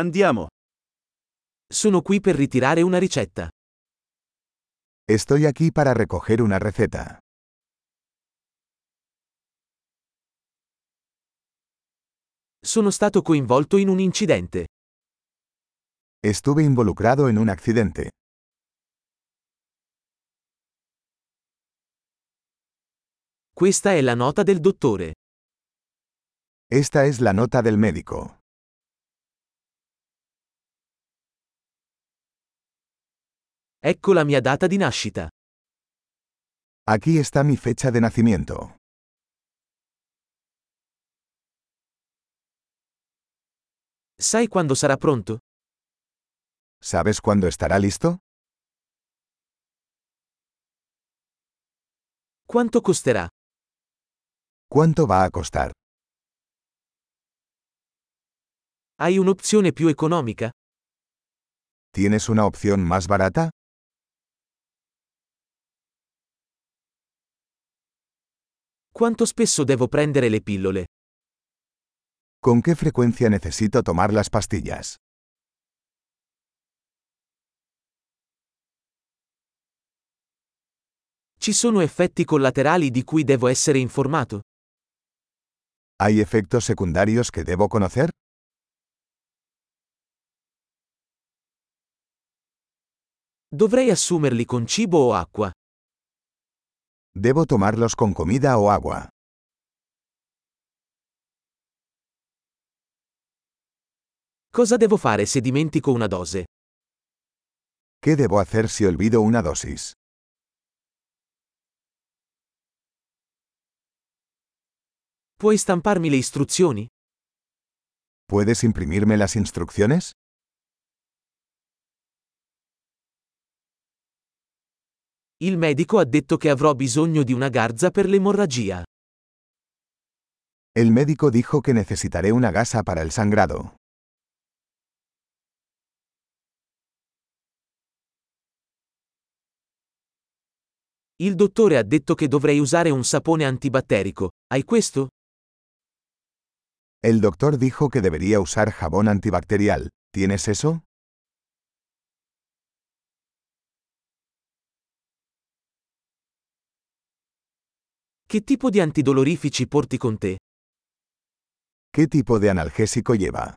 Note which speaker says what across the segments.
Speaker 1: Andiamo. Sono qui per ritirare una ricetta.
Speaker 2: Estoy aquí para recoger una receta.
Speaker 1: Sono stato coinvolto in un incidente.
Speaker 2: Estuve involucrado en un accidente.
Speaker 1: Questa è la nota del dottore.
Speaker 2: Esta es la nota del médico.
Speaker 1: Ecco la mia data di nascita.
Speaker 2: Aquí está mi fecha de nacimiento.
Speaker 1: Sai quando sarà pronto?
Speaker 2: ¿Sabes cuándo estará listo?
Speaker 1: Quanto costerà?
Speaker 2: ¿Cuánto va a costar?
Speaker 1: Hai un'opzione più economica?
Speaker 2: ¿Tienes una opción más barata?
Speaker 1: Quanto spesso devo prendere le pillole?
Speaker 2: ¿Con qué frecuencia necesito tomar las pastillas?
Speaker 1: Ci sono effetti collaterali di cui devo essere informato?
Speaker 2: ¿Hay efectos secundarios que debo conocer?
Speaker 1: Dovrei assumerli con cibo o acqua?
Speaker 2: ¿Debo tomarlos con comida o agua?
Speaker 1: Cosa devo fare se dimentico una dose?
Speaker 2: ¿Qué debo hacer si olvido una dosis?
Speaker 1: Puoi stamparmi le istruzioni?
Speaker 2: ¿Puedes imprimirme las instrucciones?
Speaker 1: Il medico ha detto che avrò bisogno di una garza per l'emorragia.
Speaker 2: El médico dijo que necesitaré una gasa para el sangrado.
Speaker 1: Il dottore ha detto che dovrei usare un sapone antibatterico. Hai questo?
Speaker 2: El doctor dijo que debería usar jabón antibacterial. ¿Tienes eso?
Speaker 1: Che tipo di antidolorifici porti con te?
Speaker 2: ¿Qué tipo de analgésico lleva?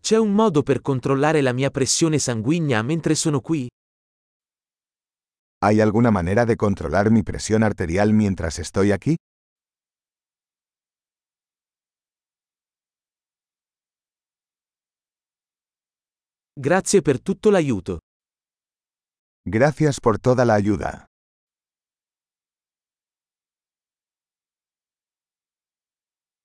Speaker 1: C'è un modo per controllare la mia pressione sanguigna mentre sono qui?
Speaker 2: ¿Hay alguna manera de controlar mi presión arterial mientras estoy aquí?
Speaker 1: Grazie per tutto l'aiuto.
Speaker 2: Gracias por toda la ayuda.